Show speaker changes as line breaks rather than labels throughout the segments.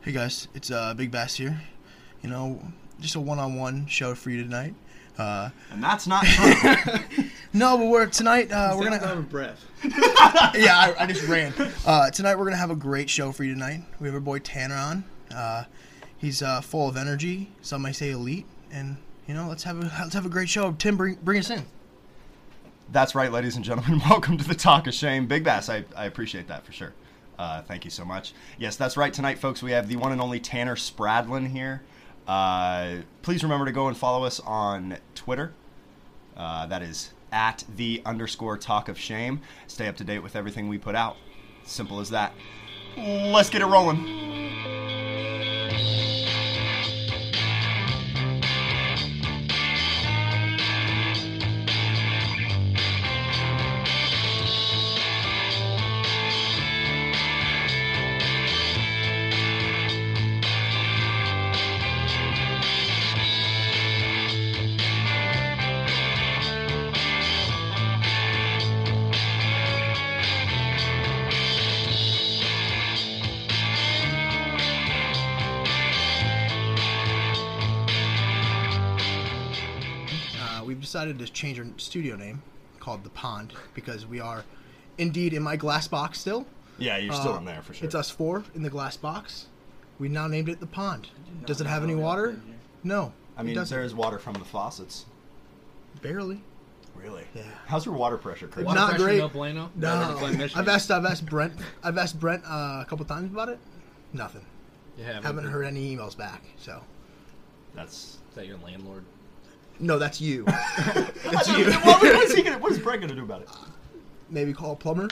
Hey guys, it's uh, Big Bass here. You know, just a one-on-one show for you tonight. Uh,
And that's not true.
no, but we're tonight. Uh, we're gonna.
out of breath.
yeah, I, I just ran. Uh, tonight we're gonna have a great show for you tonight. We have our boy Tanner on. Uh, he's uh, full of energy. Some might say elite. And you know, let's have a let's have a great show. Tim, bring bring us in.
that's right, ladies and gentlemen. Welcome to the Talk of Shame. Big Bass, I, I appreciate that for sure. Uh, thank you so much. Yes, that's right. Tonight, folks, we have the one and only Tanner Spradlin here. Uh, please remember to go and follow us on Twitter. Uh, that is at the underscore talk of shame. Stay up to date with everything we put out. Simple as that. Let's get it rolling.
Uh, we've decided to change our studio name, called the Pond, because we are indeed in my glass box still.
Yeah, you're still in there for sure.
Uh, It's us four in the glass box. We now named it the Pond. Does it have any water? No.
I mean,
it doesn't.
there is water from the faucets.
Barely.
Really?
Yeah.
How's your water pressure, Chris?
Not
Pressure,
great.
No bueno.
No,
Better to play Michigan.
I've asked I've asked Brent I've asked Brent uh, a couple times about it. Nothing.
You haven't,
Haven't heard any emails back. So
That's
Is that your landlord?
no, that's you.
That's you. what, what is he gonna, what is Brett gonna do about it?
Maybe call a plumber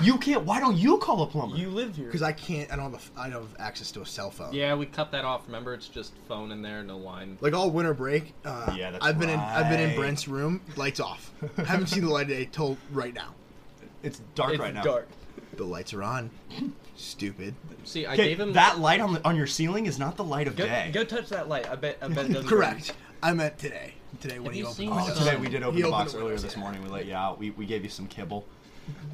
You can't. Why don't you call a plumber?
You live here.
because I can't. I don't have a, I don't have access to a cell phone.
yeah, we cut that off. Remember, it's just phone in there, no line.
Like all winter break. Uh,
Yeah, that's
I've been in I've been in
right.
Brent's room. Lights off. Haven't seen the light of day till right now.
it's dark
It's
right now.
dark.
The lights are on. Stupid.
See, I
Okay,
gave him
that light on the, on your ceiling is not the light of
Go,
day.
go touch that light. I bet. I bet. it doesn't
Correct. I meant today. Today when
Have
he
you
opened.
seen
the
this
So
box.
Oh, today we did open
He
the
opened
box
the
earlier
windows,
this
yeah.
morning. We let you out. We, we gave you some kibble,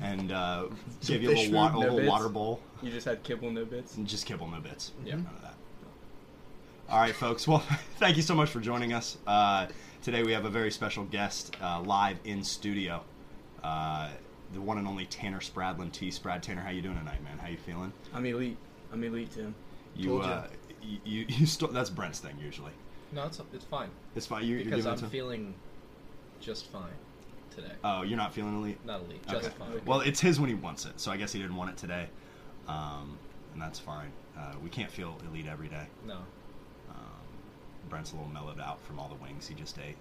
and uh, gave you a
fish
little, wa-
food,
a
no
little
bits.
water bowl.
burn. You just had kibble, no bits.
And just kibble, no bits.
Yeah.
None of that. All right, folks. Well, thank you so much for joining us. Uh, today we have a very special guest uh, live in studio. Uh, the one and only Tanner Spradlin. T. Sprad. Tanner, how you doing tonight, man? How you feeling?
I'm elite. I'm elite, Tim.
You,
Told ya.
uh, you, you, you sto- that's Brent's thing usually.
No, it's it's fine
It's fine. You, you're
because
giving
I'm
it to.
feeling just fine today.
oh, you're not feeling elite.
Not elite,
Okay.
just fine.
Well, it's his when he wants it, so I guess he didn't want it today, um, and that's fine. Uh, we can't feel elite every day.
no,
Um, Brent's a little mellowed out from all the wings he just ate.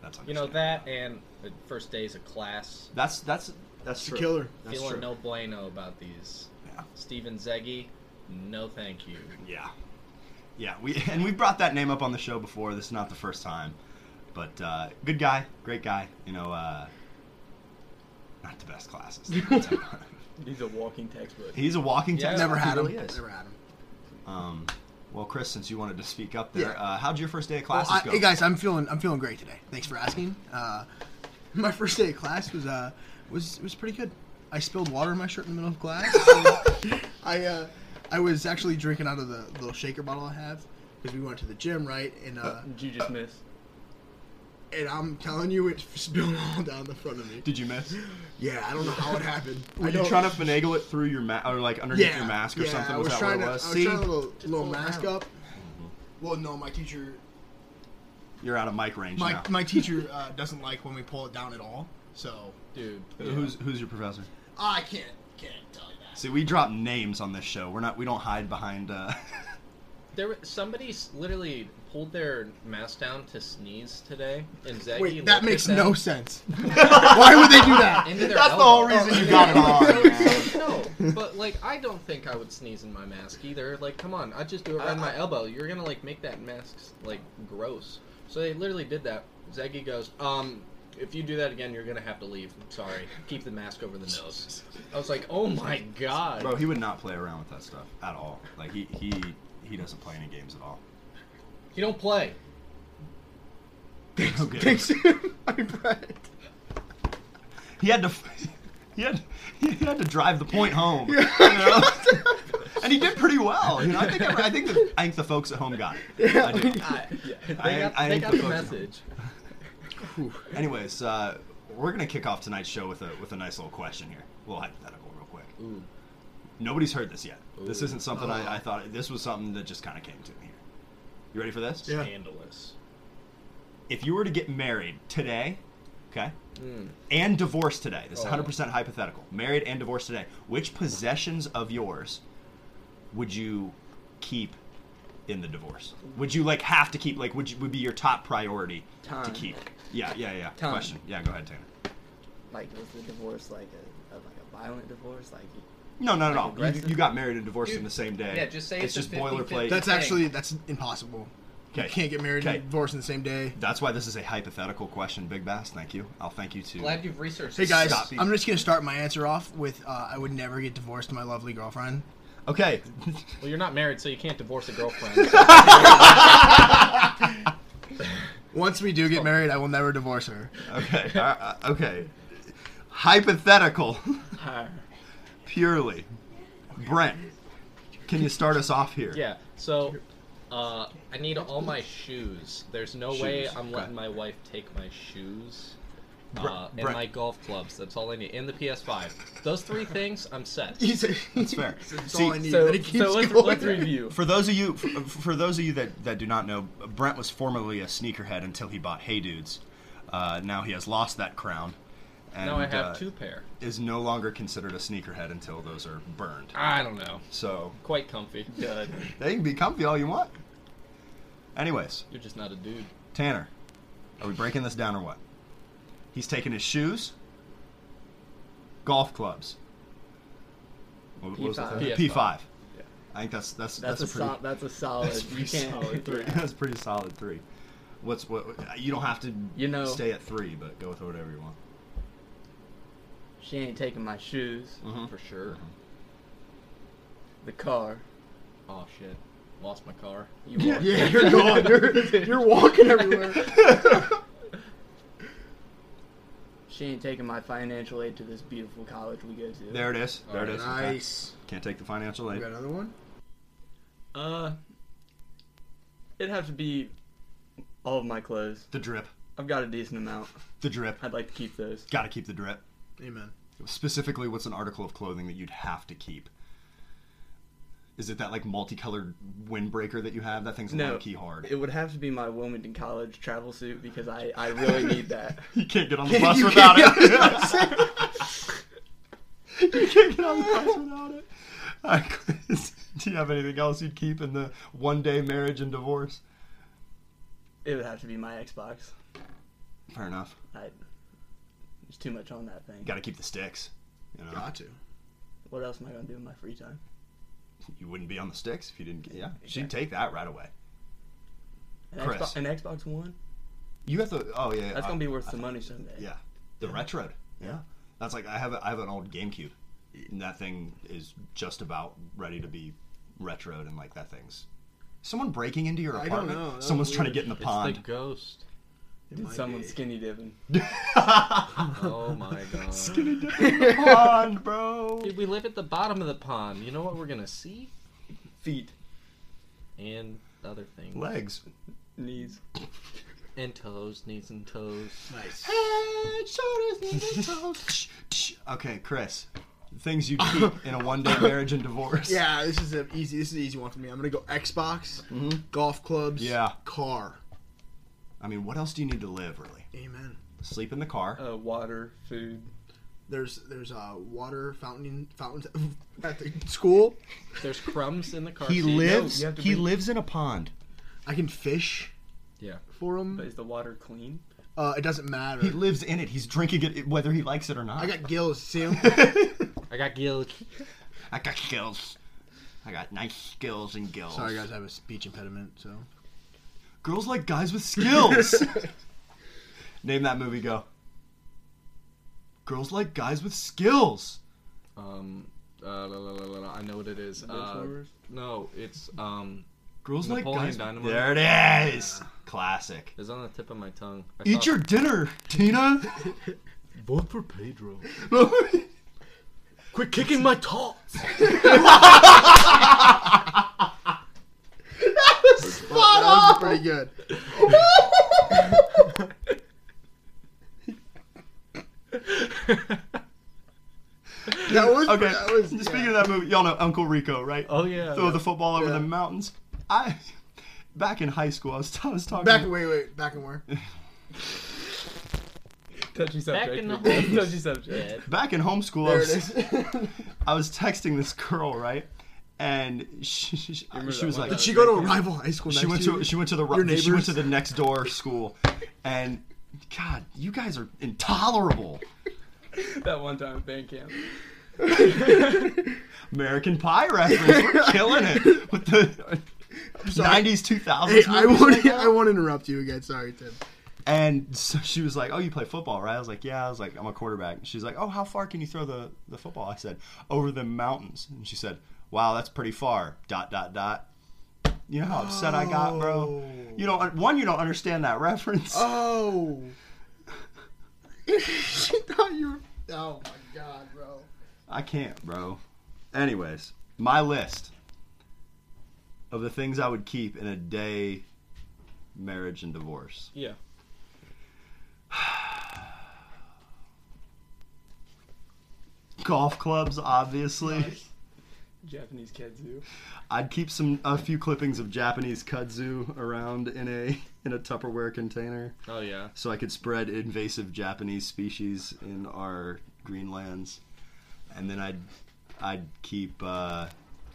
That's
you know
understandable.
that, and the first days of class.
That's that's that's
It's a
true.
killer.
That's
feeling
true.
no bueno about these.
Yeah.
Steven Zeggy, no thank you.
Yeah. Yeah, we and we brought that name up on the show before. This is not the first time, but uh, good guy, great guy. You know, uh, not the best classes.
He's a walking textbook.
He's a walking
Yeah.
textbook.
Never had
he
him.
really is.
Never had him.
Um, well, Chris, since you wanted to speak up there,
Yeah.
uh, how'd your first day of
Well,
classes
I,
go?
hey guys, I'm feeling I'm feeling great today. Thanks for asking. Uh, my first day of class was uh, was was pretty good. I spilled water in my shirt in the middle of class. I uh, I was actually drinking out of the little shaker bottle I have because we went to the gym, right? And uh,
Did you just miss?
and I'm telling you, it spilled all down the front of me.
Did you miss?
Yeah, I don't know how it happened.
Were
I
you
don't-
trying to finagle it through your ma- or like underneath your mask or
yeah,
something?
I
Was,
was
that
trying
what it
to,
was?
I was
See,
trying to little, little
pull it
mask
out.
up.
Mm-hmm.
Well, no, my teacher,
you're out of mic range
my
now.
my teacher uh, doesn't like when we pull it down at all. So
Dude,
Who's who's your professor?
I can't can't tell you that.
See, we drop names on this show. We're not. We don't hide behind. Uh,
There, wa- somebody s- literally pulled their mask down to sneeze today, and Zeggy
Wait, that
looked
makes
at them
no sense. Why would they do that?
Into their
That's the
elbow.
whole reason you got it on, man.
No, but like I don't think I would sneeze in my mask either. Like, come on, I just do it around my elbow. You're gonna like make that mask like gross. So they literally did that. Zeggy goes, um, if you do that again, you're gonna have to leave. Sorry, keep the mask over the nose. I was like, oh my god.
bro, he would not play around with that stuff at all. Like he he he doesn't play any games at all.
You don't play.
Okay.
Thanks. I bet.
He had to. He had, he had to drive the point home. you know? and he did pretty well. You know, I think I, I think the, I think the folks at home got it. I do.
I, they
I-
got,
I
they
ain't
got
the
the
fucking-
message.
Anyways, uh, we're gonna kick off tonight's show with a with a nice little question here, a little hypothetical, real quick.
Ooh.
Nobody's heard this yet. This
Ooh.
isn't something
Oh.
I, I thought. This was something that just kind of came to me here. You ready for this?
Yeah.
Scandalous.
If you were to get married today, okay,
Mm.
and divorced today, this is
Oh.
100% hypothetical. Married and divorced today. Which possessions of yours would you keep in the divorce? Would you like have to keep? Like, would you, would be your top priority to
Time.
keep? Yeah, yeah, yeah.
Time.
Question. Yeah, go ahead, Tanner.
Like, was the divorce like a, a like a violent divorce? Like,
No, not at
Like
all. You,
aggressive?
you got married and divorced
Dude,
in the same day.
yeah, just say
it's
it's a
just boilerplate. That's,
50-50.
That's
Dang.
actually that's impossible.
Okay.
You can't get married
Okay.
and divorce in the same day.
that's why this is a hypothetical question, Big Bass. Thank you. I'll thank you too.
Glad you've researched.
Hey
this.
guys,
Stop.
I'm just gonna start my answer off with uh, I would never get divorced to my lovely girlfriend.
Okay.
Well, you're not married, so you can't divorce a girlfriend.
Once we
Oh.
do get married, I will never divorce her.
okay. Uh, uh, okay. Hypothetical,
Hire.
purely. Brent, can you start us off here?
yeah. So, uh, I need all my shoes. There's no way
Shoes,
I'm
okay.
letting my wife take my shoes.
Bre-
Uh, and
Bre-
my golf clubs. That's all I need. And the PS5. Those three things, I'm set.
That's
fair.
That's
See,
all I need.
So,
Then it keeps
so let's,
going.
let's review.
For those of you, for, for those of you that, that do not know, Brent was formerly a sneakerhead until he bought Hey Dudes. Uh, now he has lost that crown. And,
now I have
uh,
two pair.
Is no longer considered a sneakerhead until those are burned.
I don't know.
So
Quite comfy.
Good.
They can be comfy all you want. Anyways,
You're just not a dude.
Tanner, are we breaking this down or what? He's taking his shoes, golf clubs. What, what was the
P5.
third?
PS5.
P5.
Yeah.
I think that's that's
that's,
that's,
a,
a pretty
sol- that's a solid.
that's a pretty
you can't.
solid three. That's a pretty solid three. What's what? You don't have to
You know-
stay at three, but go with whatever you want.
She ain't taking my shoes,
Uh-huh. Hmm.
For sure.
the car.
Oh shit. Lost my car.
You walk.
Yeah, you're going. You're, you're walking everywhere.
She ain't taking my financial aid to this beautiful college we go to.
There it is. There it is. Okay.
Nice.
Can't take the financial
We
aid.
got another one.
Uh, it'd have to be all of my clothes.
The drip.
I've got a decent amount.
The drip.
I'd like to keep those.
Got to keep the drip.
Amen.
specifically what's an article of clothing that you'd have to keep is it that like multicolored windbreaker that you have that thing's
No.
low key hard
It would have to be my Wilmington College travel suit because I, I really need that.
you can't get on the
You
bus
can't
without
get
it you can't get on the bus without it All right, Chris, do you have anything else you'd keep in the one day marriage and divorce
It would have to be my Xbox.
fair enough
I, there's too much on that thing.
you gotta keep the sticks you know
Got to.
What else am I gonna do in my free time?
you wouldn't be on the sticks if you didn't get yeah she'd
Exactly.
take that right away
An,
Chris.
Xbox, an Xbox One?
you have to oh yeah
That's
I-
gonna be
I
worth some
thought-
money someday.
Yeah, the retro. Yeah, that's like I have a, I have an old GameCube. And that thing is just about ready to be retroed, and like that thing's someone breaking into your
I don't
apartment.
know, that was
Someone's trying to
weird.
get in the
It's
pond.
the ghost.
It
Did
might
someone
be.
skinny dipping?
Oh my god.
Skinny dip in the pond, bro.
Dude, we live at the bottom of the pond. You know what we're gonna see?
Feet,
And other things.
Legs.
knees.
And toes, knees and toes.
Nice.
Head, shoulders, knees, and toes. Tsh, tsh. okay, Chris. Things you keep in a one-day marriage and divorce.
Yeah, this is an easy. This is an easy one for me. I'm gonna go Xbox, golf clubs,
Mm-hmm. Yeah.
car.
I mean, what else do you need to live, really?
Amen.
Sleep in the car.
Uh, water, food.
There's there's uh, water fountain fountains at the school.
There's crumbs in the car
he
seat.
lives.
you have to
he
be-
lives in a pond.
I can fish
Yeah.
for
But
them.
is the water clean?
Uh, it doesn't matter.
He lives in it. He's drinking it whether he likes it or not.
I got gills, Sam.
I got guilt.
I got skills. I got nice skills and gills.
Sorry guys, I have a speech impediment, so
Girls like guys with skills. Name that movie. Go. Girls like guys with skills.
Um uh, la, la, la, la, la, I know what it is. Uh,
Benchwarmers?
no, it's um
Girls
Napoleon
like guys.
Dynamite.
There it is. Classic.
it's on the tip of my tongue. I
Eat
thought-
your dinner, Tina.
vote for Pedro.
Quit kicking my tots.
That was pretty good. that was
Okay.
That was,
Speaking
yeah.
of that movie, y'all know Uncle Rico, right?
Oh, yeah.
Throw
Yeah.
the football over
Yeah.
the mountains. I back in high school, I was, I was talking.
back. Wait, wait, back and where?
Touchy subject.
in the
Touchy
holes.
subject.
back in homeschool, I
There it
was,
is. Did
I was texting this girl, right? And she, she, she
that
was
one
like,
time?
she go to a rival high school?
she
next
went
you?
to she went to the
Your
ri- she
neighbors?
went to the next door school, and God, you guys are intolerable.
That one time at band camp.
American Pie reference, we're killing it with the
sorry.
nineties, two
Hey,
thousands.
I won't. I won't interrupt you again. Sorry, Tim.
And so she was like, "Oh, you play football, right?" I was like, "Yeah." I was like, "I'm a quarterback." And she's like, "Oh, how far can you throw the the football?" I said, "Over the mountains." And she said, "Wow, that's pretty far." Dot dot dot. You know how upset I got, bro.
Oh.
You don't one, you don't understand that reference.
Oh. she thought you were. Oh my god, bro.
I can't, bro. Anyways, my list of the things I would keep in a day marriage and divorce.
Yeah.
Golf clubs, obviously.
Japanese kazoo.
I'd keep some a few clippings of Japanese kudzu around in a in a Tupperware container
Oh yeah.
so I could spread invasive Japanese species in our greenlands. And then I'd I'd keep uh,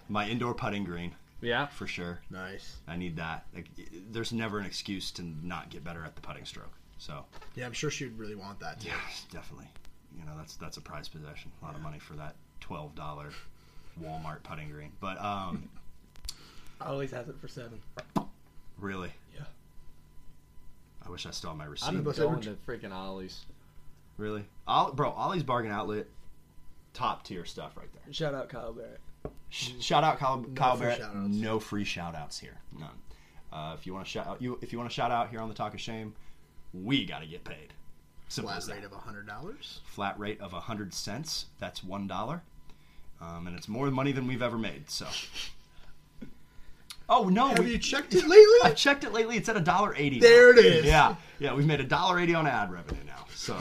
my indoor putting green
Yeah.
for sure.
Nice.
I need that. Like, y- there's never an excuse to not get better at the putting stroke. So,
Yeah, I'm sure she'd really want that. Too.
definitely, you know, that's that's a prized possession. A lot of money for that twelve dollar Walmart putting green. But um,
Always has it for seven.
really,
Yeah.
I wish I still had my
I'm
receipt.
bus
going
average.
to freaking Ollie's.
Really, Ollie, bro, Ollie's Bargain Outlet, top tier stuff right there.
Shout out Kyle Barrett.
Sh- shout out Kyle, Kyle
free
Barrett.
shout-outs.
No free shout outs here. None. Uh, if you want to shout out, you if you want to shout out here on the Talk of Shame, we gotta get paid. Simple
Flat
as that.
rate of hundred dollars.
flat rate of 100 cents. That's $1. Um, and it's more money than we've ever made, so. Oh, no.
Have
we-
you checked it lately?
I checked it lately. It's at $1.80. now.
There it is.
Yeah. Yeah, we've made $1.80 on ad revenue now, so.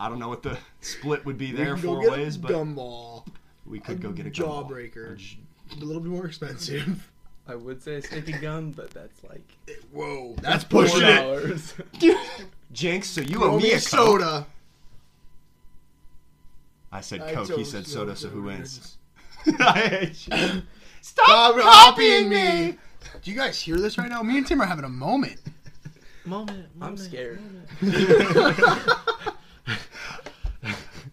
I don't know what the split would be there
You can go
four
get a
ways, but
gumball.
we could go get a gumball.
jawbreaker.
Or j-
A little bit more expensive.
I would say a sticky gum, but that's like
Whoa, that's
four
pushing it.
dollars.
Jinx, so you owe
Throw
me
me
a soda.
soda.
I said
I
Coke. He
told
said
you
soda,
it
so who wins?
wins.
I hate you.
Stop
Stop copying me!
Do you guys hear this right now? Me and Tim are having a moment.
Moment.
I'm scared.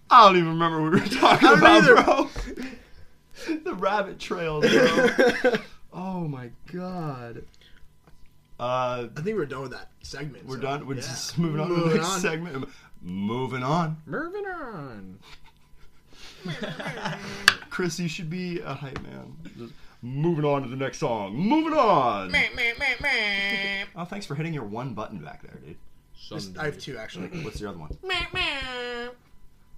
I don't even remember what we were talking
I
about,
don't
bro. the rabbit trails, bro. oh my god. Uh,
I think we're done with that segment.
we're
so-
done. We're
yeah.
just moving on to the
Moving
next
on.
segment. Moving on.
Mervin on.
Chris, you should be a hype man. Just moving on to the next song. Moving on. oh, thanks for hitting your one button back there, dude.
This- I have two actually.
What's the other one?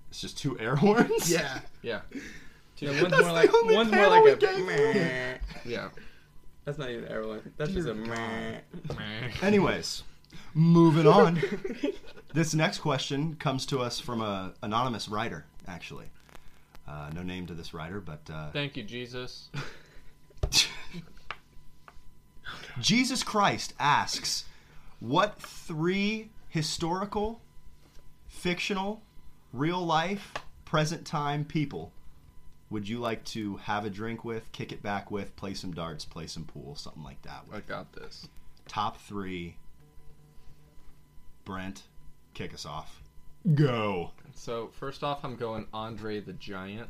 It's just two air horns?
yeah.
Yeah.
Yeah, one's
That's
more
the
like
only
one's more
panel we
like
gave
a
you.
meh.
Yeah.
That's not even airline. That's just a meh.
Anyways, moving on. this next question comes to us from a anonymous writer, actually. Uh, no name to this writer, but uh,
Thank you, Jesus.
Jesus Christ asks, "What three historical, fictional, real life, present time people would you like to have a drink with, kick it back with, play some darts, play some pool, something like that?" with?
I got this.
top three. Brent, kick us off. Go.
So first off, I'm going Andre the Giant.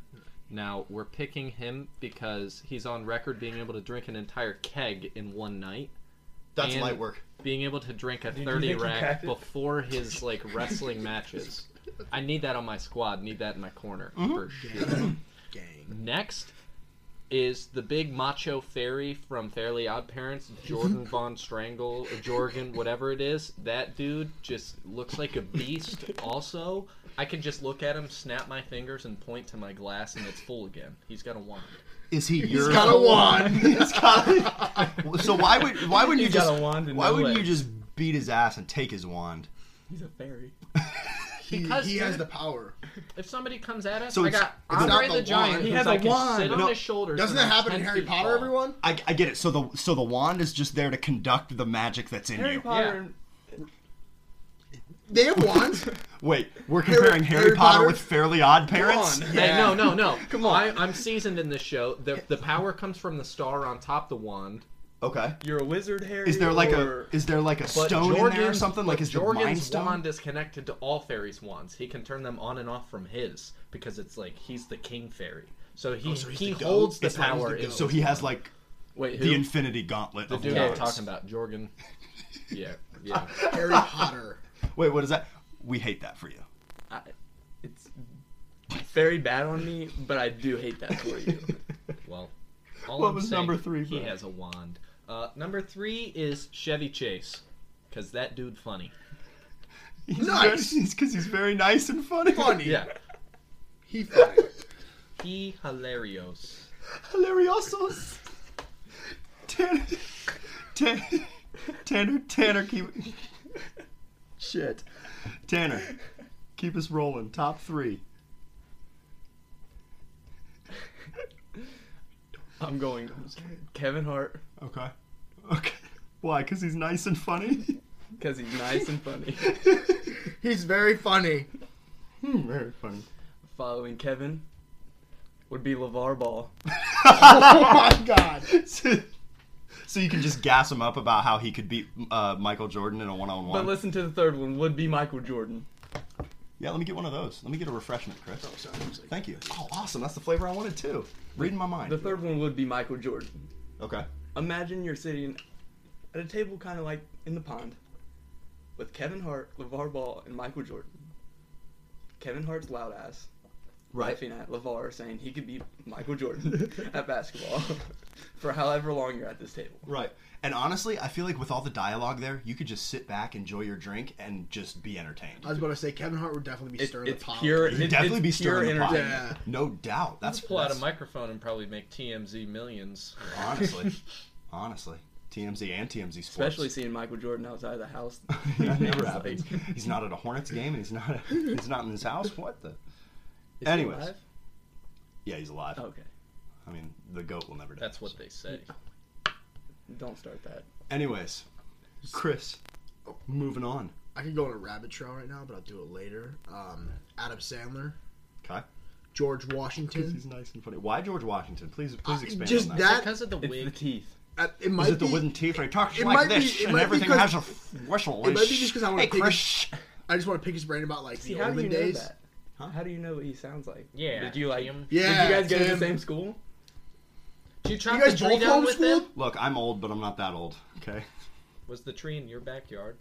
Now we're picking him because he's on record being able to drink an entire keg in one night,
That's
And-
light work.
being able to drink a
you
30
think he
rack
had it?
before his like wrestling matches. I need that on my squad. Need that in my corner
Mm-hmm.
for sure.
Gang.
Next is the big macho fairy from Fairly Odd Parents, Jordan Von Strangle, or Jorgen, whatever it is. That dude just looks like a beast, also. I can just look at him, snap my fingers, and point to my glass, and it's full again. He's got a wand.
Is he
He's
your?
got a wand.
He's got a-
So why would why would you
He's got
just
a wand and
why
no
would you
legs.
just beat his ass and take his wand?
He's a fairy.
he,
Because
he has
it-
the power.
If somebody comes at us,
So
I
it's-
got
it's not
Andre
the
the, Giant.
wand.
He
who's
has a
like, can
wand.
Sit on
No,
his shoulders.
Doesn't
and
that
I'm
happen in
10
Harry
feet
Potter?
tall.
Everyone.
I, I get it. So the so the wand is just there to conduct the magic that's in
Harry
you.
Potter.
They have wands.
Wait, we're
Harry-
comparing Harry,
Harry
Potter,
Potter?
with Fairly Odd Parents.
Come on.
Hey,
Yeah.
no, no, no.
Come on.
I, I'm seasoned in this show. The, the power comes from the star on top the wand.
Okay.
You're a wizard, Harry.
Is there like
or...
a is there like a
But
stone in there or
Jorgen's-
something? Like
but
is there
Jorgen's
mind stone?
wand is connected to all fairies' wands. He can turn them on and off from his because it's like he's the king fairy. So he
Oh, so he's
he
the goat?
holds the
It's not he's
power.
the
in
goat.
So he has like
wait? Who?
the Infinity Gauntlet
the
of
dude I'm
wands.
talking about, Jorgen. Yeah, yeah.
Harry Potter.
Wait, what is that? We hate that for you.
I, it's very bad on me, but I do hate that for you.
Well, all
What
I'm
was
saying,
number three,
He
Brad?
has a wand. Uh, number three is Chevy Chase, because that dude funny.
He's
Nice.
very- He's because he's very nice and funny.
Funny.
Yeah,
He funny.
he hilarious.
Hilariosos. Tanner. Tanner. Tanner. Tanner. Keep. Shit. Tanner. Keep us rolling. Top three.
I'm going. Kevin Hart,
Okay. Okay. Why? Because he's nice and funny.
because he's nice and funny.
He's very funny.
Hmm, very funny.
Following Kevin would be LeVar Ball.
Oh my god.
so, so you can just gas him up about how he could beat uh, Michael Jordan in a
But
one-on-one.
listen to the third one would be Michael Jordan.
yeah, let me get one of those. Let me get a refreshment, Chris.
Oh, sorry. I was like-
Thank you. Oh, awesome. That's the flavor I wanted too. Reading my mind.
The third one would be Michael Jordan.
Okay.
Imagine you're sitting at a table kind of like in the pond with Kevin Hart, LeVar Ball, and Michael Jordan. Kevin Hart's loud ass laughing at LeVar saying he could beat Michael Jordan at basketball for however long you're at this table.
Right. And honestly, I feel like with all the dialogue there, you could just sit back, enjoy your drink, and just be entertained.
I was about to say Kevin Hart would definitely be
It-
stirring
it's
the pot.
pure.
You'd
It,
definitely
it's
be
pure
stirring the pot.
entertainment.
Yeah.
No doubt. That's
Let's pull out a
that's-
microphone and probably make TMZ millions.
Honestly, honestly, TMZ and TMZ Sports.
Especially seeing Michael Jordan outside of the house.
that
It's
never
like-
happens. He's not at a Hornets game, and he's not. he's not in his house. What the?
Is he
Anyways.
alive? Oh.
Yeah, he's alive.
Okay.
I mean, the goat will never die.
That's what they say.
Don't start that.
Anyways, Chris, moving on.
I could go on a rabbit trail right now, but I'll do it later. Um, Adam Sandler,
Okay.
George
Because
Washington.
he's nice and funny. Why George Washington? Please, please
Uh,
expand
just
on that.
that-
Because of the
It's the
wig.
teeth.
Uh, it might
Is it the
be-
wooden teeth? Where he talks
it
like
might be-
this,
it
and
might be
everything
'cause-
has a f- whistle.
it might be just 'cause I wanna
hey,
pick
Chris.
I just want to pick his brain about like
See,
the
how do
olden
you
days.
know that?
Huh?
How do you know what he sounds like?
Yeah.
Did you like?
Tim.
Yeah.
did you guys go to the
Tim.
same school?
Did you chop
You
the
guys
tree
both
down with them?
homeschooled?
Look, I'm old, but I'm not that old. Okay.
Was the tree in your backyard?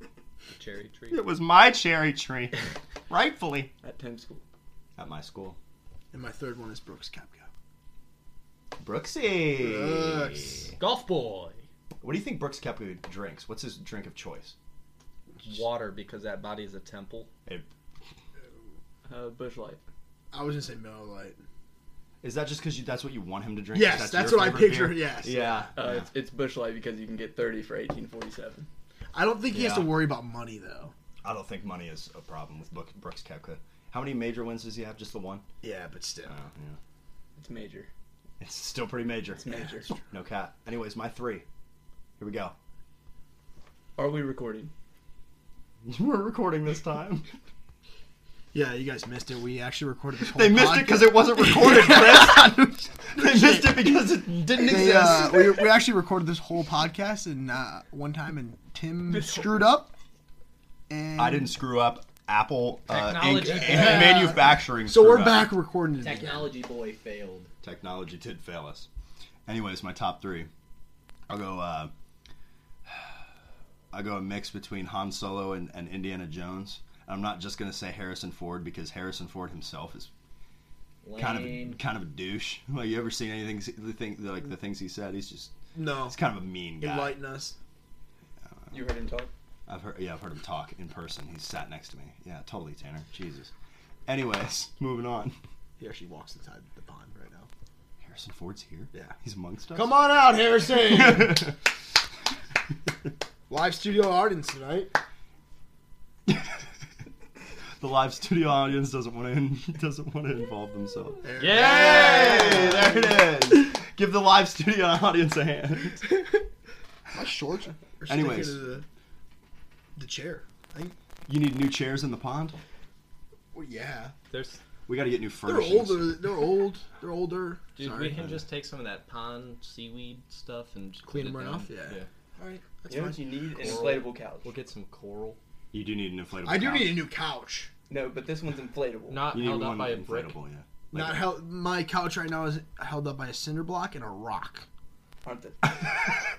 The cherry tree.
It was my cherry tree, rightfully
At Tim's school.
at my school.
And my third one is Brooks Koepka.
Brooksy.
Brooks.
Golf boy.
What do you think Brooks Koepka drinks? What's his drink of choice?
Water because that body is a temple.
Uh, Bush Light.
I was gonna say Miller Lite.
Is that just because that's what you want him to drink?
Yes,
Is that
that's
your
what I
favorite
picture,
beer?
yes.
Yeah.
Uh,
yeah.
It's, it's Bush Light because you can get 30 for 1847.
I don't think he has to
Yeah.
worry about money though.
I don't think money is a problem with Brook- Brooks Koepka. How many major wins does he have? Just the one?
Yeah, but still.
Oh, yeah.
It's major.
It's still pretty major.
It's major.
No cat. Anyways, my three. Here we go.
Are we recording?
We're recording this time.
Yeah, you guys missed it. We actually recorded this whole.
They missed it because it wasn't recorded, Chris. they missed it because it didn't
They,
exist.
uh, we, we actually recorded this whole podcast and uh, one time, and Tim screwed up. And
I didn't screw up. Apple uh, Inc.
Technology.
Yeah.
and manufacturing.
So we're
screwed up.
back recording it. again.
boy failed.
Technology did fail us. Anyways, my top three. I'll go. Uh, I go a mix between Han Solo and, and Indiana Jones. I'm not just gonna say Harrison Ford because Harrison Ford himself is kind of a, kind of a douche. Like you ever seen anything the thing like the things he said? He's just
No,
he's kind of a mean guy.
enlighten us.
You heard him talk?
I've heard, yeah, I've heard him talk in person. He's sat next to me. Yeah, totally, Tanner. Jesus. Anyways, moving on.
He actually walks inside the pond right now.
Harrison Ford's here.
Yeah.
he's amongst us.
Come on out, Harrison!
on.
Live studio audience tonight.
the live studio audience doesn't want to doesn't want to involve themselves.
There.
Yeah.
Hey, there it is. Give the live studio audience a hand.
My shorts are sticking
Anyways.
to the, the chair. I think.
You need new chairs in the pond.
Well, yeah.
There's,
We got to get new
They're
furnishings.
older. They're old. They're older.
dude,
Sorry.
we can just take some of that pond seaweed stuff and just
Clean
put it
them right
down.
off? Yeah. All right. That's
You know
fine.
what you need? An
Coral.
inflatable couch.
We'll get some coral.
You do need an inflatable.
I do
couch.
need a new couch.
No, but this one's inflatable.
Not
You need
held up
one
by a
inflatable.
brick.
Yeah.
Not held. My couch right now is held up by a cinder block and a rock.
Aren't they?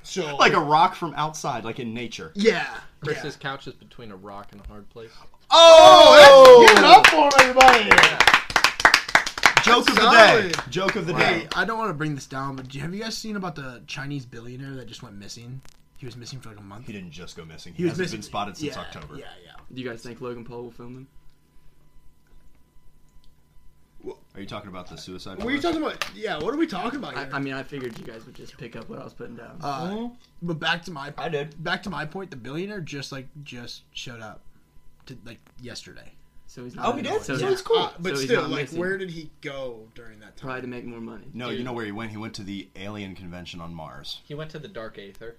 So
Like a rock from outside, like in nature.
yeah. yeah.
Chris's couch is between a rock and a hard place.
Oh,
Give it up for 'em, everybody.
Joke of the day.
Solid.
Joke of the
Hey,
day.
I don't want to bring this down, but do you, have you guys seen about the Chinese billionaire that just went missing? He was missing for like a month.
He didn't just go missing.
He
He,
was
hasn't
missing-
been spotted since
yeah,
October.
Yeah, yeah.
Do you guys think Logan Paul will film him?
Are you talking about the suicide?
What are you
forest?
talking about? Yeah, what are we talking about
I,
here?
I mean, I figured you guys would just pick up what I was putting down.
Uh, But back to my
I did.
back to my point. The billionaire just like just showed up, to, like yesterday.
so he's not. So,
Yeah.
he's
Uh, but
So he's
still,
not
like,
missing.
where did he go during that time?
probably to make more money.
No, you
Dude.
know where he went? He went to the alien convention on Mars.
He went to the Dark Aether,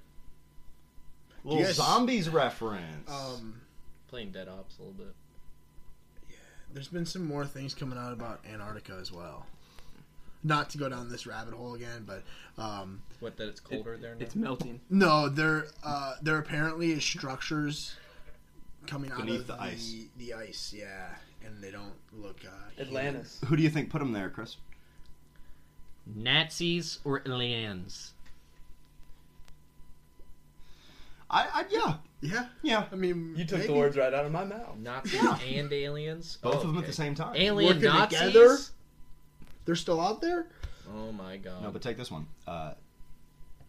Little
guys-
zombies reference.
Um,
playing Dead Ops a little bit.
there's been some more things coming out about Antarctica as well. Not to go down this rabbit hole again, but um,
What that it's colder there now.
It's melting.
no, there uh, there apparently is structures coming out
Beneath
of
the ice.
The ice, yeah, and they don't look uh,
Atlantis.
Who do you think put him there, Chris?
Nazis or aliens?
I, I yeah,
Yeah,
yeah.
I mean,
You took
maybe.
the words right out of my mouth.
Nazis
Yeah.
and aliens.
Both
Oh,
of them at
okay.
the same time.
Alien
Working
Nazis?
together? They're still out there.
Oh my god.
No, but take this one. Uh,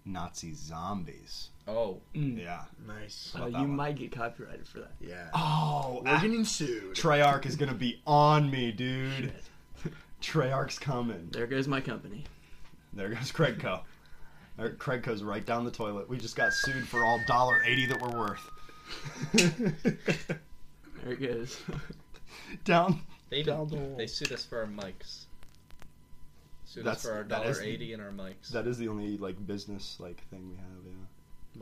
Nazi zombies.
oh,
Mm.
Yeah.
Nice.
Uh,
About
you
that one.
might get copyrighted for that.
Yeah.
Oh,
We're getting sued.
Treyarch is gonna be on me, dude. Treyarch's coming.
There goes my company.
There goes Craigco. There- Craigco's right down the toilet. We just got sued for all dollar eighty that we're worth.
There it goes.
down.
they
Down the
even,
wall.
they sued us for our mics. Sued
That's-
us for our
that
dollar
is-
eighty and our mics.
That is the only like business like thing we have. Yeah.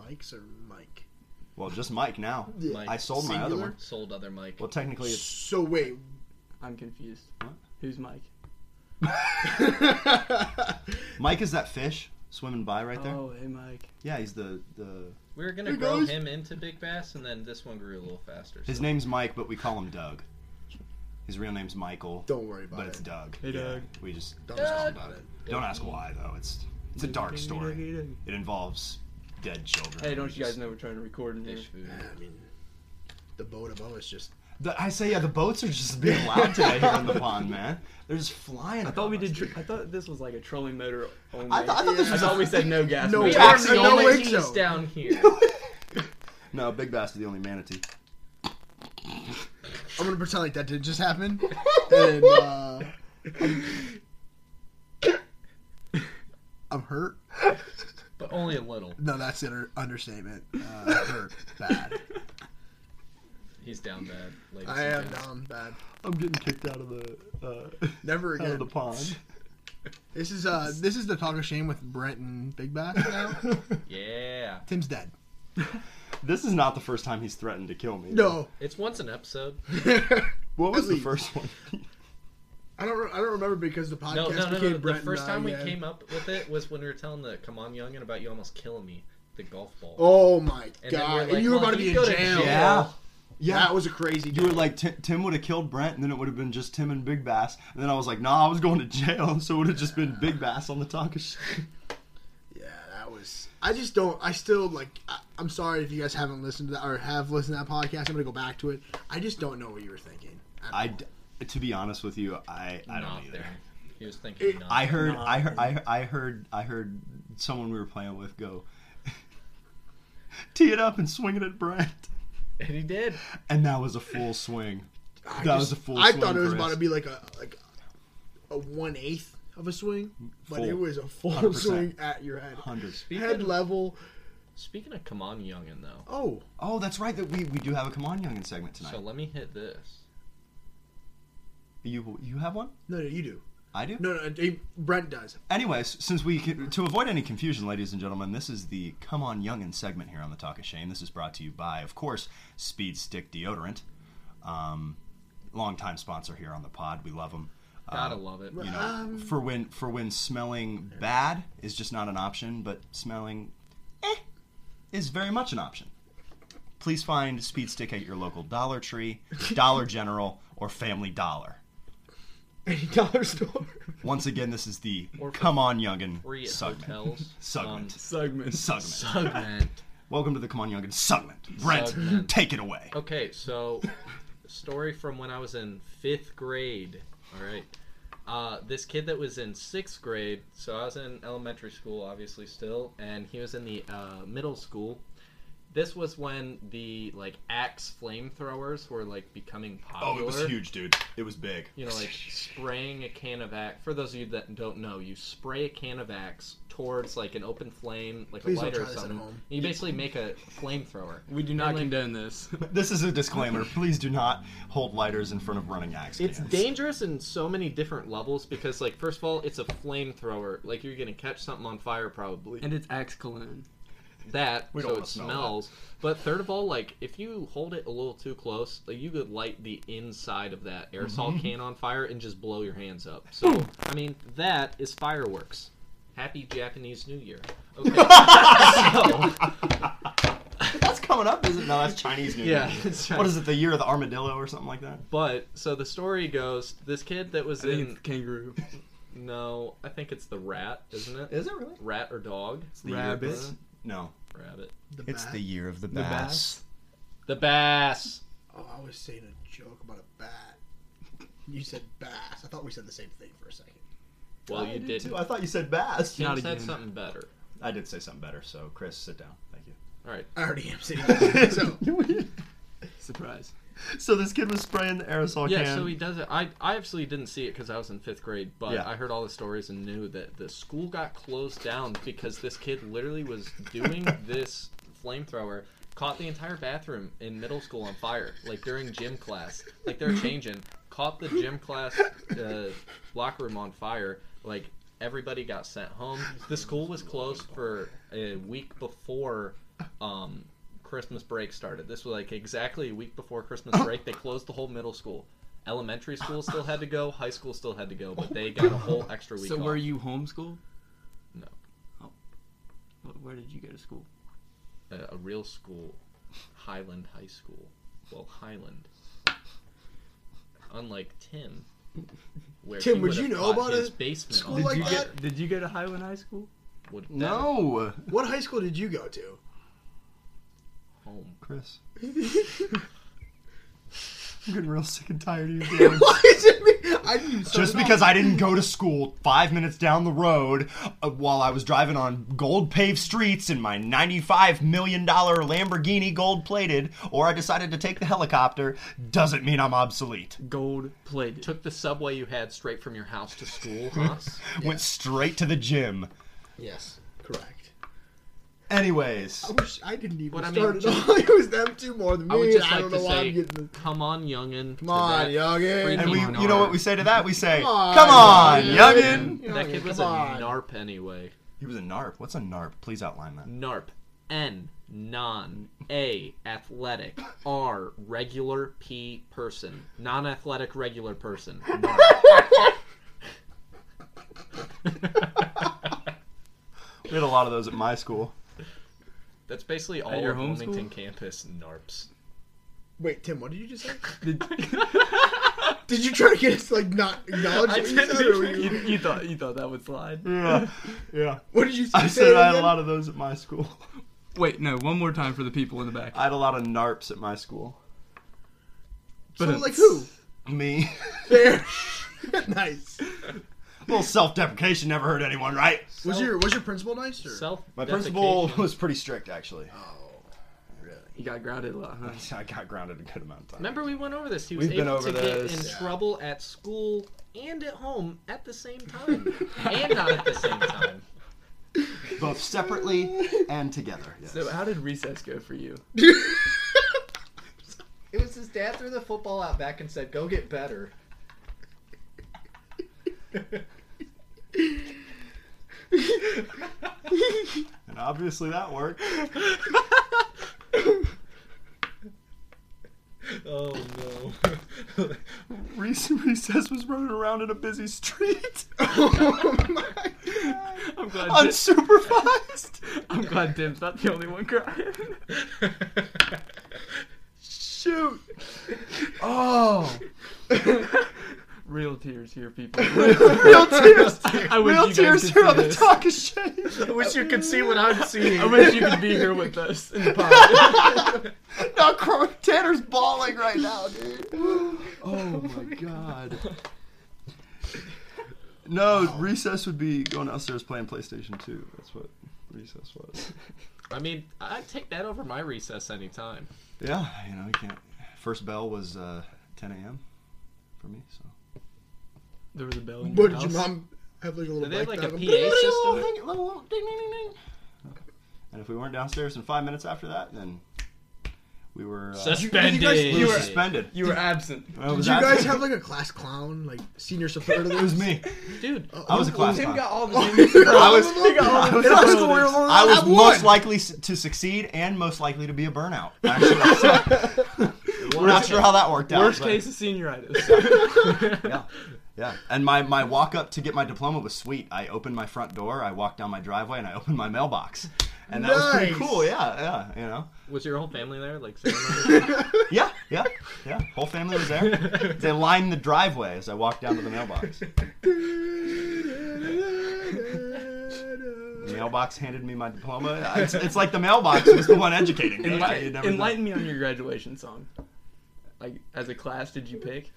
Mike's or Mike?
Well, just Mike now.
Yeah.
Mike
I sold my other
Singular?
one.
sold other mic.
Well, technically, it's
So wait.
I'm confused.
What?
Who's Mike?
Mike is that fish swimming by right there.
Oh, hey Mike.
Yeah, he's the the.
We were gonna
Hey,
grow
guys.
him into Big Bass, and then this one grew a little faster.
His
so-
name's Mike, but we call him Doug. His real name's Michael,
Don't worry about
but it's
it.
Doug.
Hey,
Yeah,
Doug.
We just
Don't talk about it.
don't ask why though. It's it's a dark story. It involves dead children.
Hey, don't you guys know we're trying to record in here?
Fish food.
Yeah, I mean, the boat above us just.
The, I say yeah, the boats are just being loud today here in the pond, man. They're just flying.
I thought we did. Tr- I thought this was like a trolling motor only.
I, thought- I thought this
Yeah.
I
was
thought we said no gas.
No
motor.
We
taxi
are
only.
manatees
No.
down here.
no. Big Bass is the only manatee.
I'm gonna pretend like that did just happen. and uh, I'm hurt.
but only a little.
No, that's an understatement. Uh, hurt bad.
He's down bad. Ladies
I
and
am
gents.
now. I'm bad.
I'm getting kicked out of the uh,
Never
out
again.
of the pond.
This is uh, this is the talk of shame with Brent and Big Bass now.
Yeah.
Tim's dead.
This is not the first time he's threatened to kill me.
No.
It's once an episode.
What was
At
the
least.
first one?
I don't. Re- I don't remember because the podcast
No, no, no,
became
no. The
Brent
first
and I,
time we
yeah.
came up with it was when we were telling the "Come on, youngin" about you almost killing me, the golf ball.
Oh my
then we're
god!
like,
and you were
well,
about to
he'd
be in
go to
jail.
jail.
Yeah. Yeah.
That was a crazy.
You were like, "Ti- Tim would have killed Brent, and then it would have been just Tim and Big Bass. And then I was like, nah, I was going to jail, so it would have just been Big Bass on the talk of shit.
Yeah, that was. I just don't. I still like. I, I'm sorry if you guys haven't listened to that or have listened to that podcast. I'm gonna go back to it. I just don't know what you were thinking. at
I,
all.
d- to be honest with you, I, I don't
Not
either.
there. He was thinking.
It-
not.
I heard, I heard, I, I heard, I heard someone we were playing with go, tee it up and swing it at Brent.
And he did.
And that was a full swing.
I
That was
just-
a full
I
swing,
thought it was
Chris.
about to be like a like a one eighth of a swing, but
Full.
it was a full
100%.
swing at your head,
100.
head
Speaking,
level.
speaking of come on, youngin though.
Oh,
Oh, that's right. That we, we do have a come on youngin segment tonight.
So let me hit this.
you you have one?
no, no, you do.
I do.
No, no, Dave- Brent does.
Anyways, since we can, to avoid any confusion, ladies and gentlemen, this is the Come On Youngin segment here on the Talk of Shame. This is brought to you by, of course, Speed Stick Deodorant, um, longtime sponsor here on the pod. We love them.
Gotta love it.
you know,
Um,
for when for when smelling bad is just not an option, but smelling eh is very much an option. Please find Speed Stick at your local Dollar Tree, Dollar General, or Family Dollar.
Eighty dollar store.
Once again, this is the
Or for
Come On Youngin
Free at
segment.
hotels.
Segment.
Segment.
Segment.
Um, segment.
Welcome to the Come On Youngin segment. Brent,
Segment.
take it away.
Okay, so story from when I was in fifth grade. All right, uh, this kid that was in sixth grade. So I was in elementary school, obviously still, and he was in the uh, middle school. This was when the like axe flamethrowers were like becoming
Oh,
popular.
it was huge, dude. It was big.
You know, like spraying a can of axe. For those of you that don't know, you spray a can of axe towards like an open flame, like
Please
a
don't
lighter
try
or
this at
something.
home.
You basically make a flamethrower.
We do not
like-
condone this.
This is a disclaimer. Please do not hold lighters in front of running accidents.
It's dangerous in so many different levels because, like, first of all, it's a flamethrower. Like, you're gonna catch something on fire probably.
and it's Axe Cologne.
that
We don't
so
wanna
it
smell
smells. But third of all, like, if you hold it a little too close, like, you could light the inside of that aerosol
Mm-hmm.
can on fire and just blow your hands up. So, I mean, that is fireworks. Happy Japanese New Year. Okay. so,
That's coming up, isn't it? No, that's Chinese New
yeah.
Year.
it's-
What is it? The year of the armadillo or something like that?
But so the story goes, this kid that was
I think
in
it's kangaroo.
no, I think it's the rat, isn't it?
Is it really?
Rat or dog?
The
Rabbit.
Year of the- no.
Rabbit.
The bat.
year of the
bass.
The bass.
Oh, I was saying a joke about a bat. You said bass. I thought we said the same thing for a second.
Well,
I
you
did
did.
too. I thought you said bass.
You
Not
said
again.
something better.
I did say something better, so Chris, sit down. Thank you.
All right.
I already am sitting. down, so
Surprise.
so this kid was spraying the aerosol
Yeah,
can.
so he does it. I, I actually didn't see it because I was in fifth grade, but
Yeah.
I heard all the stories and knew that the school got closed down because this kid literally was doing this flamethrower, caught the entire bathroom in middle school on fire, like during gym class. Like they're changing, caught the gym class uh, locker room on fire. Like everybody got sent home. The school was closed for a week before. Um, Christmas break started. This was like exactly a week before
Oh.
Christmas break. They closed the whole middle school. Elementary school still had to go. High school still had to go,
Oh
but they got a whole extra week.
So
off.
were you homeschooled?
No.
Oh. Wh- Where did you go to school?
Uh, a real school, Highland High School. Well, Highland. Unlike Tim, where
Tim,
he
would
would've
you know
thought
about
his
a
basement
school
on
like
did, you
fire
that?
Go, did you go to Highland High School?
would have been
no,
what high school did you go to?
home.
Chris. I'm getting real sick and tired of you. games.
Why is it me? I didn't even start
Just
it off.
because I didn't go to school five minutes down the road uh, while I was driving on gold paved streets in my $95 million Lamborghini gold plated, or I decided to take the helicopter, doesn't mean I'm obsolete.
Gold plated.
Took the subway you had straight from your house to school, huh?
Went straight to the gym.
Yes, correct.
Anyways,
I wish I didn't even
But I mean,
start it
just-
all. It was them two more than me.
I would just
and I
like
don't
to
know why I'm
say,
getting the...
come on, youngin.
Come on, youngin.
and we,
Come
you know
on.
what we say to that? We say,
Come on,
Come on,
youngin."
youngin!
That kid was a
Come on.
narp anyway.
He was a NARP. What's a NARP? Please outline that.
NARP. N. Non. A. Athletic. R. Regular. P. Person. Non athletic regular person. NARP.
We had a lot of those at my school.
That's basically all
At your
of
home
Wilmington
school?
campus NARPs.
Wait, Tim, what did you just say?
Did-
Did you try to get us to, like not acknowledge
I
what you
didn't
said? Or were
you,
you...
you thought you thought that would slide.
Yeah, yeah.
What did you say?
I said I had a
again?
lot of those at my school.
Wait, no. One more time for the people in the back.
I had a lot of NARPs at my school.
So,
But-
like who?
Me.
There. nice.
A little self-deprecation never hurt anyone, right?
Was your was your principal nice or?
Self.
My principal was pretty strict, actually.
Oh, really?
He got grounded a lot, huh?
I got grounded a good amount of time.
Remember, we went over this. He was
We've been
able
over
to get in
this. Yeah.
trouble at school and at home at the same time, and not at the same time.
both separately and together. Yes.
So how did recess go for you?
It was his dad threw the football out back and said, "Go get better."
and obviously that worked.
Oh no!
Reese Recess was running around in a busy street.
I'm glad. Di-
Unsupervised.
I'm glad Dim's not the only one crying.
Shoot. Oh.
Real tears here, people.
Real tears.
I wish
Real
you guys
tears
could
here
see
on the
this.
talk of shame.
I wish you could see what I'm seeing.
I wish you could be here with us in the pod.
Now Cro- Tanner's bawling right now, dude. Oh my god. No, recess would be going downstairs playing PlayStation 2. That's what recess was.
I mean, I'd take that over my recess anytime.
Yeah, you know, you can't. First bell was uh, 10 a.m. for me, so.
There was a bell in your
But did
house.
your mom have like a little
Do they have
bike
like a
down?
PA system?
And if we weren't downstairs in five minutes after that, then we were uh,
Suspended.
You- you guys-
we
you
were
were-
suspended.
You were absent.
Well, it
Did
was
you guys
after-
have like a class clown, like senior supporter? Uh,
It was me.
Dude,
I was a
oh.
class
Tim
clown.
got all the
I was,
I
I was,
was, I was,
I was most likely s- to succeed and most likely to be a burnout. Actually, so we're not sure how that worked out.
worst
but-
case of senioritis.
yeah, yeah. And my, my walk up to get my diploma was sweet. I opened my front door, I walked down my driveway, and I opened my mailbox, and that was pretty
Nice.
cool. Yeah, yeah, you know.
was your whole family there? Like, ceremony?
Yeah, yeah, yeah. Whole family was there. They lined the driveway as I walked down to the mailbox. The mailbox handed me my diploma. It's, it's like the mailbox was the one educating me. You
Enlighten,
never know.
enlighten me on your graduation song. Like, as a class, did you pick?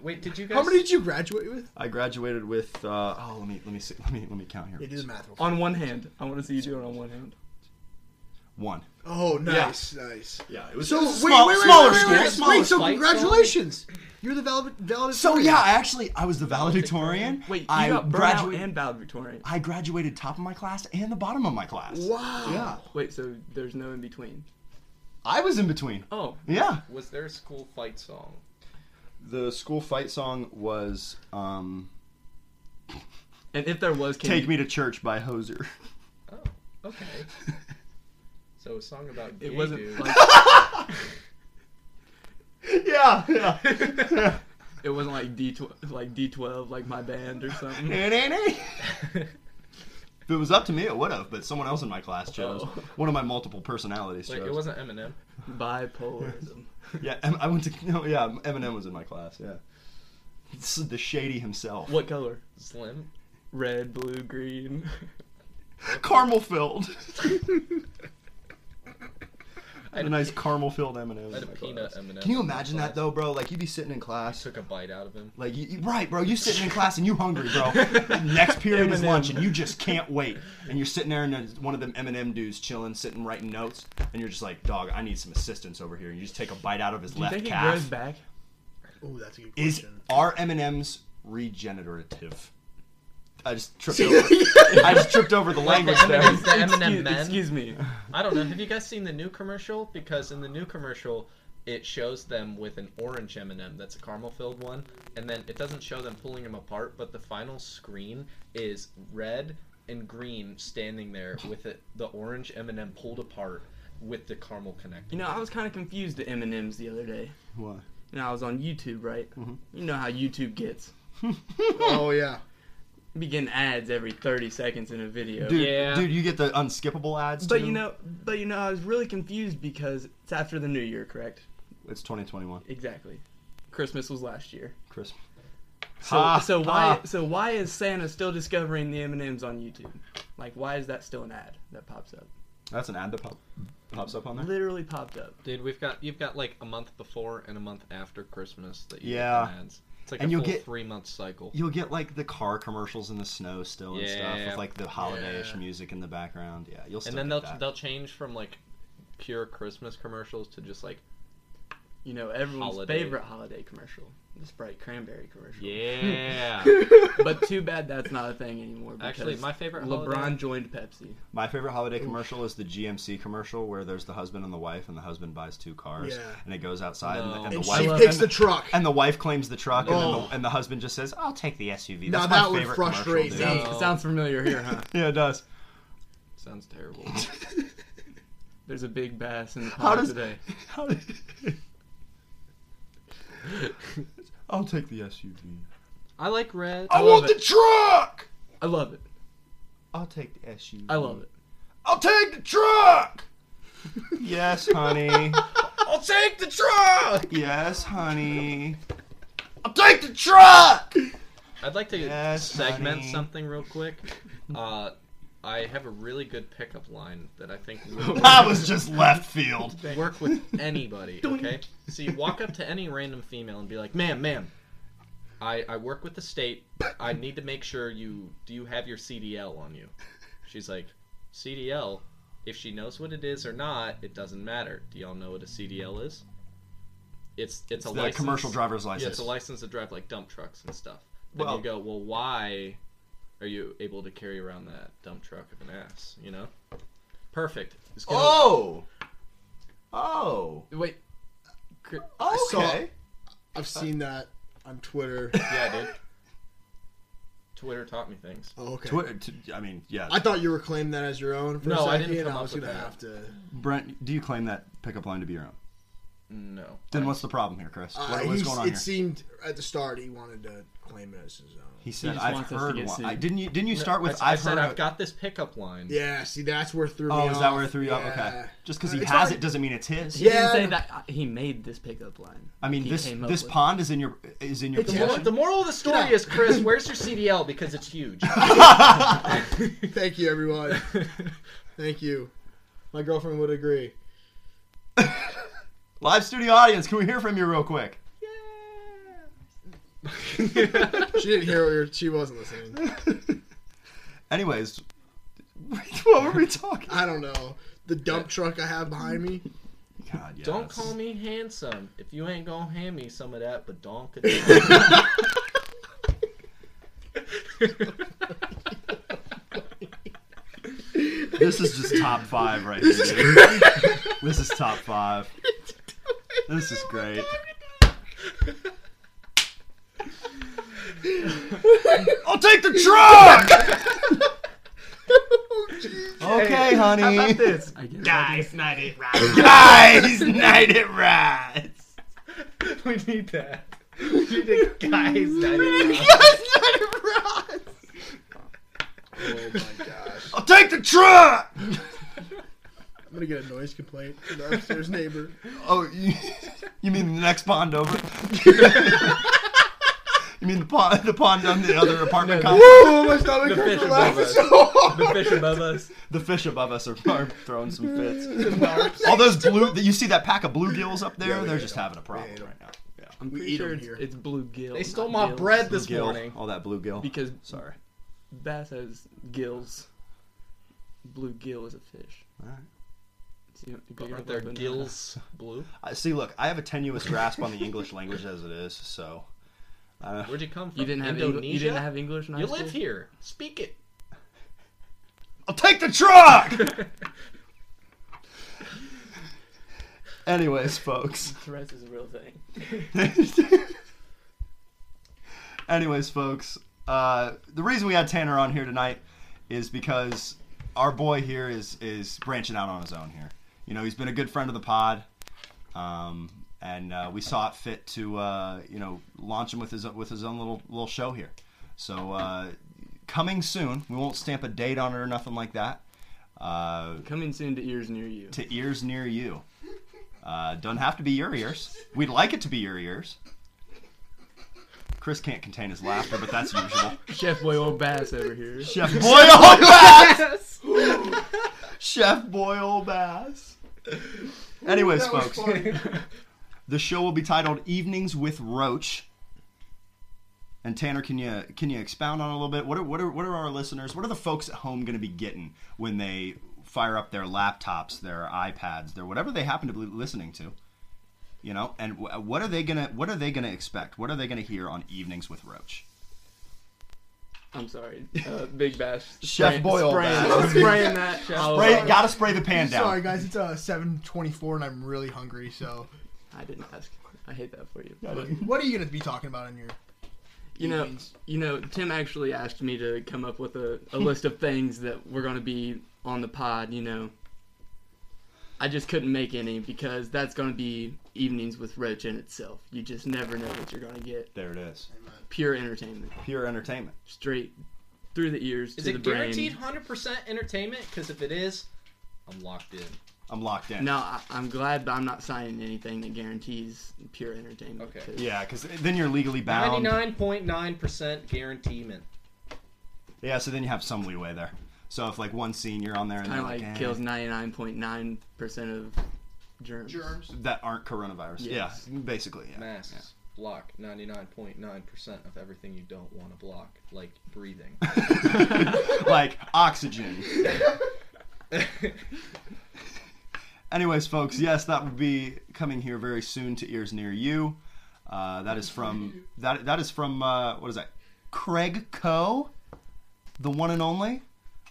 wait, did you guys?
How many did you graduate with?
I graduated with. Uh, oh, let me let me see. Let me let me count here.
Yeah, do the math. real quick.
On one hand, I want to see you do it on one hand.
One.
Oh, nice, nice.
Yeah, it was
So
it
wait,
was a
wait,
small-
wait, wait,
smaller
wait, wait,
school.
wait, wait,
smaller
so
school.
fight song?
congratulations, you're the valid- valedictorian.
So yeah, I actually I was the valedictorian.
Wait, you
I
got burnout
graduated.
and valedictorian.
I graduated top of my class and the bottom of my class.
Wow.
Yeah,
Wait, so there's no in between.
I was in between.
Oh,
Yeah.
Was there a school fight song?
The school fight song was um,
and if there was, can
"Take
you-
Me to Church" by Hoser.
Oh, okay. So a song about gay
It wasn't
dudes.
like
yeah, yeah.
it wasn't like D twelve, like D twelve, like my band or something.
if it was up to me, it would have, but someone else in my class chose.
Oh.
One of my multiple personalities
Wait,
chose.
it wasn't Eminem.
Bipolarism.
Yeah, Em- I went to. No, yeah, Eminem was in my class. Yeah, this is the shady himself.
What color?
Slim.
Red, blue, green.
Caramel filled.
I
a
had
nice caramel filled M&M.
I had a peanut M&M.
Can you imagine that though, bro? Like you'd be sitting in class,
Took a bite out of him.
like you, you- right, bro. You sitting in class and you hungry, bro. Next period is
M&M.
lunch and you just can't wait. And you're sitting there and there's one of them M&M dudes chilling, sitting writing notes, and you're just like, dog, I need some assistance over here. And you just take a bite out of his
Do you
left
think it
calf.
grows back?
Oh, that's a good
Is
question.
are M&Ms regenerative? I just tripped over. I just tripped over the language
the
there.
M&Ms. The M&M
excuse,
men?
excuse me.
I don't know. Have you guys seen the new commercial? Because in the new commercial, it shows them with an orange M&M that's a caramel-filled one, and then it doesn't show them pulling them apart. But the final screen is red and green standing there with it, the orange M&M pulled apart with the caramel
You
connected.
know, I was kind of confused at M and M's the other day.
Why?
You know, I was on YouTube, right?
Mm-hmm.
You know how YouTube gets.
Oh yeah.
You be getting ads every thirty seconds in a video.
Dude,
Yeah.
dude, you get the unskippable ads.
But
too?
you know, but you know, I was really confused because it's after the New Year, correct?
it's 2021
Exactly. Christmas was last year.
Christmas.
So,
Ha,
so why
ha.
so why is Santa still discovering the M and M's on YouTube? Like, why is that still an ad that pops up?
That's an ad that pop, pops up on there.
Literally popped up.
Dude, we've got you've got like a month before and a month after Christmas that you
Yeah.
get the ads. It's like
And
a
you'll
full
get-
three month cycle.
You'll get like the car commercials in the snow still and stuff
Yeah.
with like the holiday-ish
Yeah.
music in the background. Yeah, you'll still
and then
get
they'll
that.
they'll change from like pure Christmas commercials to just like
You know, everyone's
Holiday.
favorite holiday commercial, the Sprite cranberry commercial.
yeah.
but too bad that's not a thing anymore.
Actually,
because
my favorite
LeBron
holiday-
joined Pepsi.
My favorite holiday commercial is the GMC commercial where there's the husband and the wife, and the husband buys two cars,
Yeah.
and it goes outside, and, the,
No.
and the
And
wife
she takes
and,
the truck.
and the wife claims the truck, and, then
Oh.
the, and the husband just says, "I'll take the SUV."
Now
That's
that
my
would
favorite
frustrate
commercial, dude.
me.
Sounds, sounds familiar here, huh?
Yeah, it does.
Sounds terrible.
There's a big bass in the
How
pond
does?
today.
How does I'll take the SUV.
I like red.
I,
love
want
it.
the truck.
I love it.
I'll take the SUV.
I love it.
I'll take the truck. yes, honey.
I'll take the truck.
Yes, honey. I'll take the truck.
I'd like to
Yes,
segment
honey.
something real quick. Uh, I have a really good pickup line that I think
That
will
was just left field.
work with anybody. Okay, so you walk up to any random female and be like, "Ma'am, ma'am, I I work with the state. I need to make sure you do you have your CDL on you." She's like, "CDL." If she knows what it is or not, it doesn't matter. Do y'all know what a CDL is? It's it's, a
The
license.
commercial driver's
Yeah,
license.
it's a license to drive like dump trucks and stuff. Then
Well-
you go, well, why are you able to carry around that dump truck of an ass? You know, perfect. It's gonna-
oh. Oh.
wait, Cr-
Okay. I've seen that on Twitter.
yeah, dude. Twitter taught me things.
Oh, okay.
Twitter. t- I mean, yeah.
I thought you were claiming that as your own. For
No,
a
I
second.
didn't come
I
up
was
with
gonna
that.
have to.
Brent, do you claim that pickup line to be your own?
No,
Then what's the problem here, Chris?
Uh,
What,
he
what's
s-
going on
it
here?
seemed at the start he wanted to claim it as his own.
He said,
just
"I've
wants us to
heard
get
one."
sued.
I, didn't you? Didn't you start with
I, I
"I've
said
heard"?
I've got this pickup line.
yeah, see, that's where it threw me
oh,
off.
is that where it threw you off?
Yeah.
Okay. Just because he
It's
has
alright.
it doesn't mean it's his.
He
Yeah,
didn't say
no-
that. I- He made this pickup line.
I mean,
He
this
came up
this
with it.
pond is in your is in your
The, mor-
possession.
the moral of the story
out.
is, Chris, where's your CDL? Because it's huge.
Thank you, everyone. Thank you. My girlfriend would agree.
Live studio audience, can we hear from you real quick?
She didn't hear what we were, she wasn't listening.
Anyways, what were we talking?
I don't know. The dump truck I have behind me.
God, yes.
Don't call me handsome if you ain't gonna hand me some of that badonk.
This is just top five right here. dude. this is top five. This is great. I'll take the truck. okay, honey.
How about this? I guess I
Guys, night it right.
Guys, night it rides.
we need that.
Guys, night it right.
Oh my gosh.
I'll take the truck.
I'm gonna get a noise complaint from the upstairs neighbor.
Oh, you, you mean the next pond over? you mean the pond, the pond on the other apartment complex?
Oh, my stomach hurts
fish
from
above
laughing
us.
so hard.
The fish above us.
The fish above us are, are throwing some fits. All those blue, you see that pack of bluegills up there?
Yeah, we
They're
ate
just
them.
having a problem
We ate
right now. Yeah.
I'm
We
pretty
eat
sure
them
it's,
here.
it's bluegill.
They stole
not
my
gills.
bread this
Bluegill,
morning.
All that bluegill.
because
Sorry.
bass has gills. Bluegill is a fish.
Alright.
So you- you pick
But aren't
it up like
their
a banana.
gills blue?
I see, look, I have a tenuous grasp on the English language as it is, so. Uh,
Where'd you come from?
You didn't have Engli-
Indonesia.
you didn't have English. In high
You live
school?
here. Speak it.
I'll take the truck! Anyways, folks.
Tourette's is a real thing.
Anyways, folks, uh, the reason we had Tanner on here tonight is because our boy here is is branching out on his own here. You know, he's been a good friend of the pod, um, and uh, we saw it fit to uh, you know launch him with his with his own little little show here. So uh, coming soon, we won't stamp a date on it or nothing like that. Uh,
Coming soon to ears near you.
to ears near you. Uh, don't have to be your ears. We'd like it to be your ears. Chris can't contain his laughter, but that's usual.
Chef Boyle Bass over here.
Chef Boyle Bass. Chef Boyle Bass. Anyways,
That was
folks,
funny.
the show will be titled "Evenings with Roach." And Tanner, can you can you expound on it a little bit? What are what are what are our listeners? What are the folks at home going to be getting when they fire up their laptops, their iPads, their whatever they happen to be listening to. You know, and wh- what are they gonna what are they gonna expect? What are they gonna hear on evenings with Roach?
I'm sorry. Uh, Big Bash.
Chef
spraying-
Boyle
Spraying,
bash.
spraying that. Chef
Spray,
Boyle.
gotta spray the pan down.
Sorry guys, it's uh, 7:24 and I'm really hungry. So,
I didn't ask. I hate that for you.
what are you gonna be talking about in your?
You know,
evenings?
you know, Tim actually asked me to come up with a, a list of things that were going to be on the pod. You know, I just couldn't make any because that's going to be evenings with Roach in itself. You just never know what you're going to get.
There it is.
Pure entertainment,
Pure entertainment.
straight through the ears
Is
to the
it
brain.
guaranteed 100% entertainment? Because if it is, I'm locked in.
I'm locked in.
No, I, I'm glad, but I'm not signing anything that guarantees pure entertainment.
Okay.
'cause-
Yeah, because then you're legally bound.
99.9% guaranteement.
Yeah, so then you have some leeway there. So if like one scene you're on there and
kind
they're
of like
eh,
kills 99.9% of germs.
that aren't coronavirus.
Yes.
Yeah, basically. Yeah.
Masks
Yeah.
block 99.9% of everything you don't want to block, like breathing.
like oxygen. Anyways, folks, yes, that would be coming here very soon to ears near you. Uh, that is from that that is from uh, what is that? Craig Co, the one and only.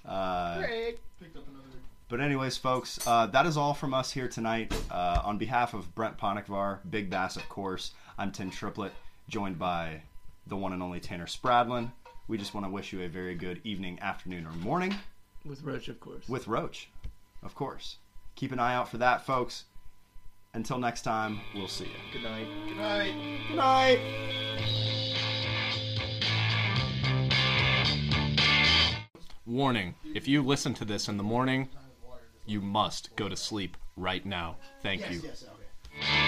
Uh,
Picked up another.
but anyways, folks, uh, that is all from us here tonight. Uh, on behalf of Brent Ponikvar, Big Bass, of course, I'm Tim Triplett, joined by the one and only Tanner Spradlin. We just want to wish you a very good evening, afternoon, or morning
With Roach, of course.
with Roach, of course. Keep an eye out for that, folks. Until next time, we'll see you.
Good night.
Good night.
Good night.
Warning if you listen to this in the morning, you must go to sleep right now. Thank you.
Yes. Okay.